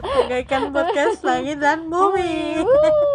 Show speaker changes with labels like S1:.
S1: Bagaikan podcast langit dan bumi.
S2: Wuh.